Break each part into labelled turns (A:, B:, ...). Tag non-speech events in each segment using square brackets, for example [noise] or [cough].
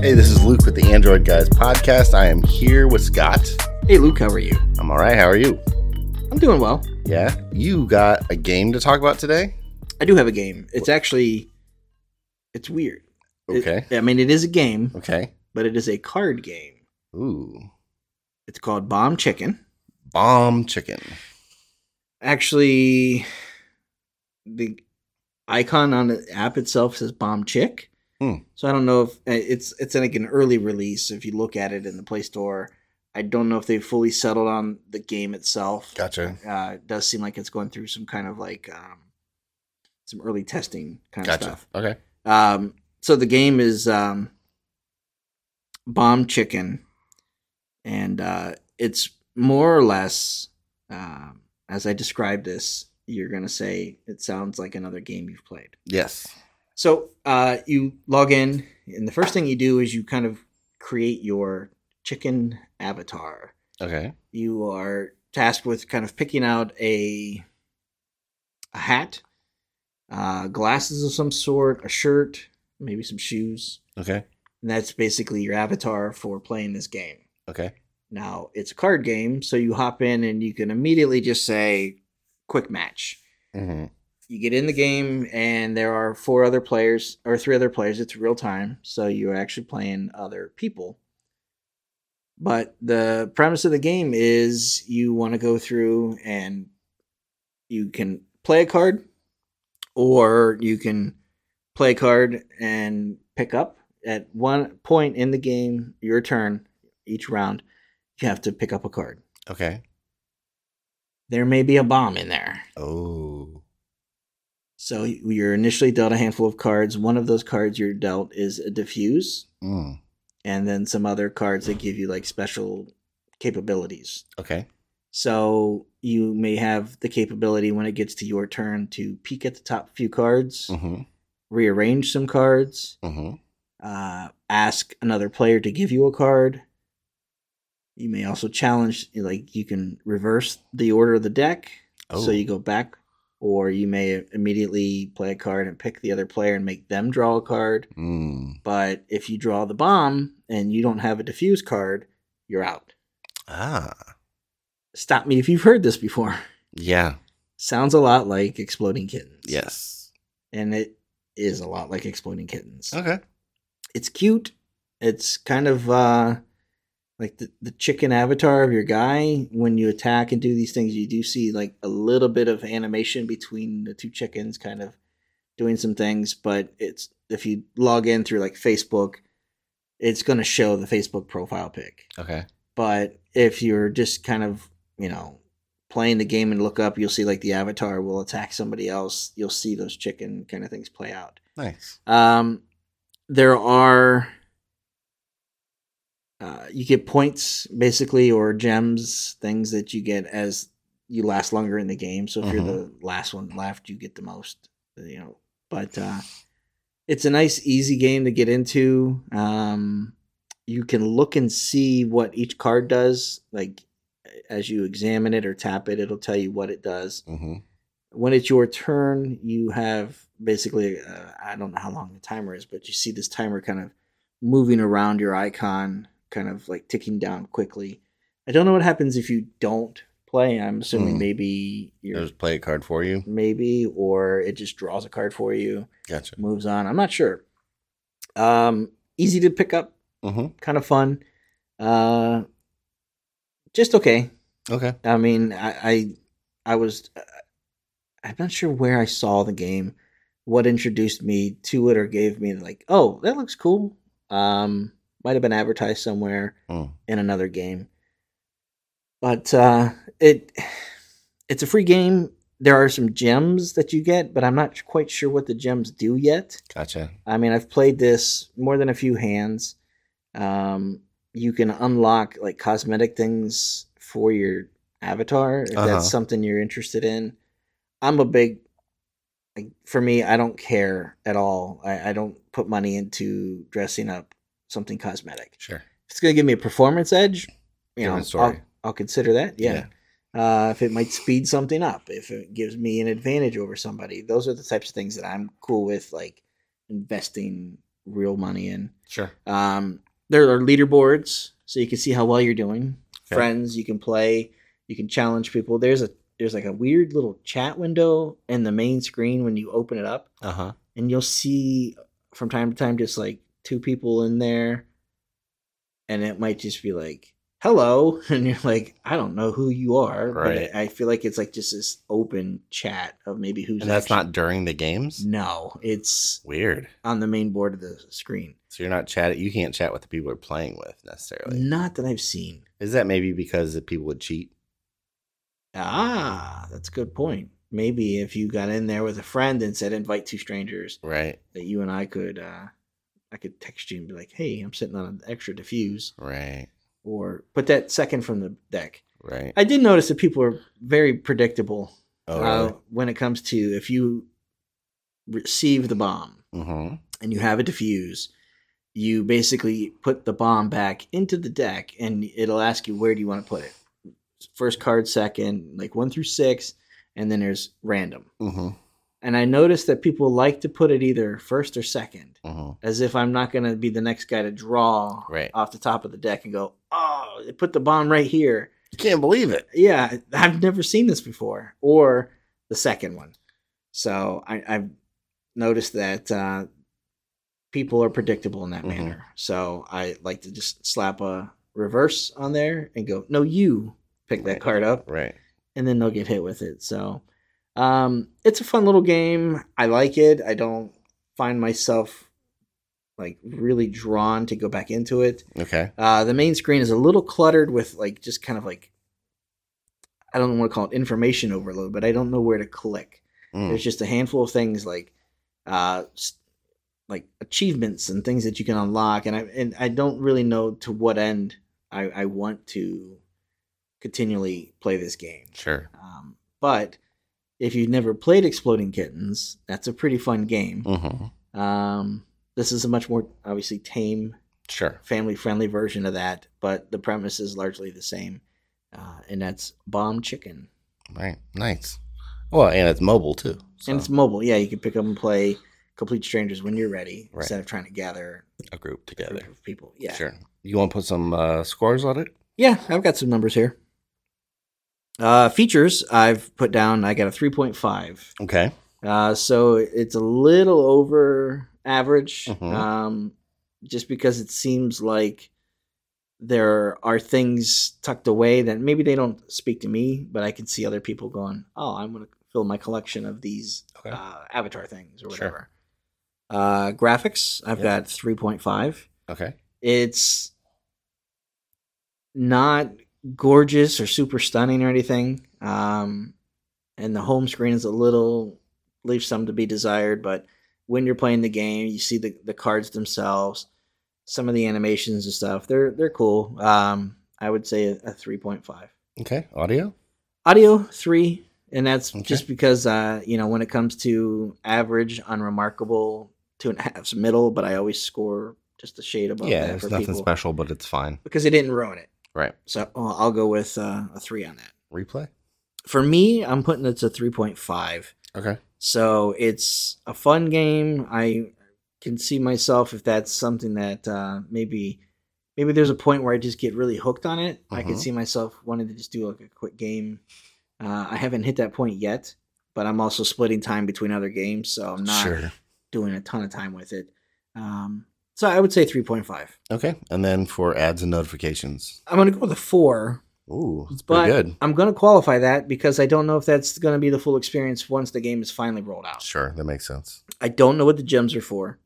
A: Hey, this is Luke with the Android Guys podcast. I am here with Scott.
B: Hey, Luke, how are you?
A: I'm all right. How are you?
B: I'm doing well.
A: Yeah. You got a game to talk about today?
B: I do have a game. It's actually, it's weird. It-
A: Okay.
B: I mean, it is a game,
A: Okay.
B: but it is a card game.
A: Ooh.
B: It's called Bomb Chicken.
A: Bomb chicken.
B: Actually, the icon on the app itself says Bomb Chick.
A: Hmm.
B: So I don't know if uh, it's it's like an early release. If you look at it in the Play Store, I don't know if they've fully settled on the game itself.
A: Gotcha.
B: Uh, it does seem like it's going through some kind of like um, some early testing kind of
A: Gotcha.
B: stuff.
A: Okay.
B: Um, so the game is um, Bomb Chicken, and uh, it's more or less, um as I describe this, you're gonna say it sounds like another game you've played.
A: Yes.
B: So uh, you log in, and the first thing you do is you kind of create your chicken avatar.
A: Okay.
B: You are tasked with kind of picking out a a hat, uh, glasses of some sort, a shirt, maybe some shoes.
A: Okay.
B: And that's basically your avatar for playing this game.
A: Okay.
B: Now, it's a card game, so you hop in and you can immediately just say quick match.
A: Mm-hmm.
B: You get in the game and there are four other players or three other players. It's real time, so you're actually playing other people. But the premise of the game is you want to go through and you can play a card or you can play a card and pick up at one point in the game, your turn, each round, you have to pick up a card.
A: Okay.
B: There may be a bomb in there.
A: Oh.
B: So you're initially dealt a handful of cards. One of those cards you're dealt is a diffuse,
A: Mm.
B: and then some other cards that give you like special capabilities.
A: Okay.
B: So you may have the capability when it gets to your turn to peek at the top few cards,
C: Mm.
A: Mm-hmm.
B: rearrange some cards,
A: Mm-hmm.
B: uh, ask another player to give you a card. You may also challenge, like you can reverse the order of the deck,
A: Oh.
B: so you go back, or you may immediately play a card and pick the other player and make them draw a card.
A: Mm.
B: But if you draw the bomb and you don't have a diffuse card, you're out.
A: Ah.
B: Stop me if you've heard this before. [laughs]
A: Yeah.
B: Sounds a lot like Exploding Kittens.
A: Yes.
B: And it is a lot like Exploding Kittens.
A: Okay.
B: It's cute. It's kind of uh, like the, the chicken avatar of your guy. When you attack and do these things, you do see like a little bit of animation between the two chickens kind of doing some things. But it's if you log in through like Facebook, it's going to show the Facebook profile pic.
A: Okay.
B: but if you're just kind of you know playing the game and look up you'll see like the avatar will attack somebody else you'll see those chicken kind of things play out
A: Nice.
B: um there are uh, you get points basically or gems things that you get as you last longer in the game so if you're the last one left you get the most you know but uh it's a nice easy game to get into um you can look and see what each card does like as you examine it or tap it it'll tell you what it does
A: Mm-hmm.
B: when it's your turn, you have basically uh, I don't know how long the timer is, but you see this timer kind of moving around your icon, kind of like ticking down quickly. I don't know what happens if you don't play. I'm assuming
A: Hmm.
B: maybe you're
A: There's play a card for you.
B: maybe or it just draws a card for you,
A: Gotcha.
B: moves on. I'm not sure. Um, easy to pick up,
A: Mm-hmm.
B: kind of fun. Uh, just okay.
A: Okay.
B: I mean, I, I, I was, I'm not sure where I saw the game, what introduced me to it or gave me like, oh, that looks cool. Um, might have been advertised somewhere
A: Mm.
B: in another game, but uh, it, it's a free game. There are some gems that you get, but I'm not quite sure what the gems do yet.
A: Gotcha.
B: I mean, I've played this more than a few hands. Um, you can unlock like cosmetic things for your avatar if
A: Uh-huh.
B: that's something you're interested in. I'm a big, like, for me, I don't care at all. I, I don't put money into dressing up something cosmetic.
A: Sure.
B: If it's going to give me a performance edge, you know,
A: Different story.
B: I'll, I'll consider that. yeah uh, if it might speed something up, if it gives me an advantage over somebody. Those are the types of things that I'm cool with, like investing real money in.
C: Sure.
B: Um, there are leaderboards, so you can see how well you're doing.
C: Okay.
B: Friends, you can play, you can challenge people. There's a there's like a weird little chat window in the main screen when you open it up,
C: Uh huh.
B: and you'll see from time to time just like two people in there, and it might just be like hello, [laughs] and you're like I don't know who you are,
C: Right.
B: but I feel like it's like just this open chat of maybe who's
C: And that's
B: actually-
C: not during the games.
B: no, it's
C: Weird.
B: on the main board of the screen.
C: So you're not chatting. You can't chat with the people you're playing with necessarily.
B: Not that I've seen.
C: Is that maybe because the people would cheat?
B: Ah, that's a good point. Maybe if you got in there with a friend and said invite two strangers,
C: Right.
B: that you and I could uh I could text you and be like, "Hey, I'm sitting on an extra diffuse,"
C: Right.
B: or put that second from the deck.
C: Right.
B: I did notice that people are very predictable
C: Oh,
B: uh, when it comes to if you receive the bomb
C: mm-hmm.
B: and you have a diffuse, you basically put the bomb back into the deck and it'll ask you where do you want to put it. First card, second, like one through six, and then there's random.
C: Mm-hmm.
B: And I noticed that people like to put it either first or second,
C: Mm-hmm.
B: as if I'm not going to be the next guy to draw
C: Right.
B: off the top of the deck and go, oh, they put the bomb right here.
C: You can't believe it.
B: Yeah, I've never seen this before, or the second one. So I, I've noticed that uh, people are predictable in that
C: Mhm.
B: manner. So I like to just slap a reverse on there and go, "No, you pick that
C: Right.
B: card up,"
C: Right.
B: and then they'll get hit with it. So um, it's a fun little game. I like it. I don't find myself like really drawn to go back into it.
C: Okay.
B: Uh, the main screen is a little cluttered with like just kind of like I don't want to call it information overload, but I don't know where to click.
C: Mm.
B: There's just a handful of things like uh, s- like achievements and things that you can unlock, and I and I don't really know to what end I, I want to continually play this game.
C: Sure.
B: Um, but if you've never played Exploding Kittens, that's a pretty fun game.
C: Mm-hmm.
B: Um, this is a much more obviously tame
C: Sure.
B: family friendly version of that, but the premise is largely the same. Uh, and that's bomb chicken.
C: Right. Nice. Well, and it's mobile too. So
B: And it's mobile. Yeah, you can pick up and play complete strangers when you're ready
C: Right.
B: instead of trying to gather
C: a group
B: a
C: together.
B: group of people. Yeah.
C: Sure. You want to put some uh, scores on it?
B: Yeah, I've got some numbers here. Uh, features I've put down, I got a 3.5.
C: Okay.
B: Uh, so it's a little over average,
C: Mhm.
B: um, just because it seems like there are things tucked away that maybe they don't speak to me, but I can see other people going, "Oh, I'm going to fill my collection of these
C: Okay.
B: uh, avatar things
C: Sure.
B: or whatever." Uh, graphics, I've
C: Yeah.
B: got three point five.
C: Okay.
B: It's not gorgeous or super stunning or anything. Um, and the home screen is a little leaves some to be desired, but when you're playing the game, you see the, the cards themselves, some of the animations and stuff. They're they're cool. Um, I would say a, a 3.5.
C: Okay. Audio.
B: Audio 3, and that's
C: Okay.
B: just because uh, you know, when it comes to average, unremarkable, two and a half's middle, but I always score just a shade above
C: yeah.
B: that
C: There's
B: for
C: nothing
B: people
C: special, but it's fine.
B: because it didn't ruin it.
C: Right.
B: So oh, I'll go with uh, a three on that.
C: Replay.
B: For me, I'm putting it to 3.5.
C: Okay.
B: So it's a fun game. I can see myself if that's something that uh, maybe maybe there's a point where I just get really hooked on it. I can
C: Mhm.
B: see myself wanting to just do like a quick game. Uh, I haven't hit that point yet, but I'm also splitting time between other games, so I'm not
C: Sure.
B: doing a ton of time with it. Um, so I would say 3.5.
C: Okay. And then for ads and notifications.
B: I'm gonna go with a four.
C: Ooh, it's
B: But
C: pretty good.
B: I'm going to qualify that because I don't know if that's going to be the full experience once the game is finally rolled out.
C: Sure. That makes sense.
B: I don't know what the gems are for,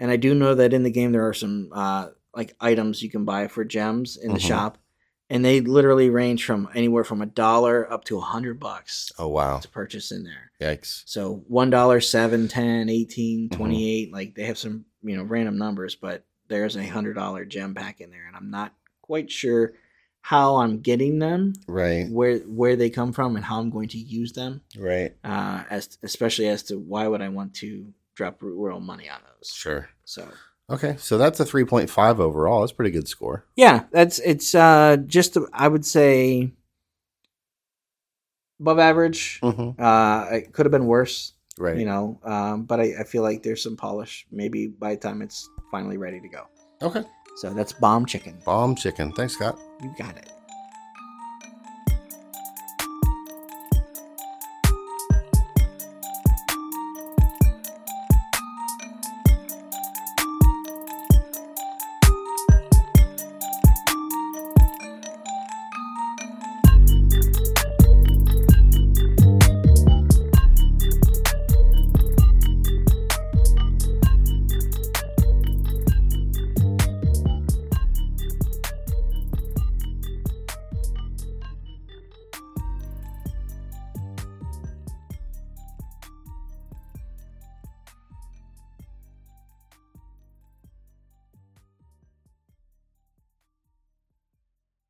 B: and I do know that in the game there are some uh, like items you can buy for gems in the
C: Mhm.
B: shop, and they literally range from anywhere from a dollar up to a hundred bucks
C: Oh wow.
B: to purchase in there.
C: Yikes.
B: So one dollar, seven, ten, eighteen,
C: Mhm.
B: twenty-eight. Like they have some you know random numbers, but there's a hundred dollar gem pack in there, and I'm not quite sure how I'm getting them
C: Right.
B: where where they come from and how I'm going to use them,
C: Right.
B: uh, as especially as to why would I want to drop real money on those.
C: Sure.
B: So
C: Okay. So that's a 3.5 overall. That's a pretty good score.
B: yeah, that's it's uh, just I would say above average.
C: Mm-hmm.
B: Uh, it could have been worse.
C: Right.
B: you know. Um, but I, I feel like there's some polish maybe by the time it's finally ready to go.
C: Okay.
B: So that's bomb chicken.
C: Bomb chicken. Thanks, Scott.
B: You got it.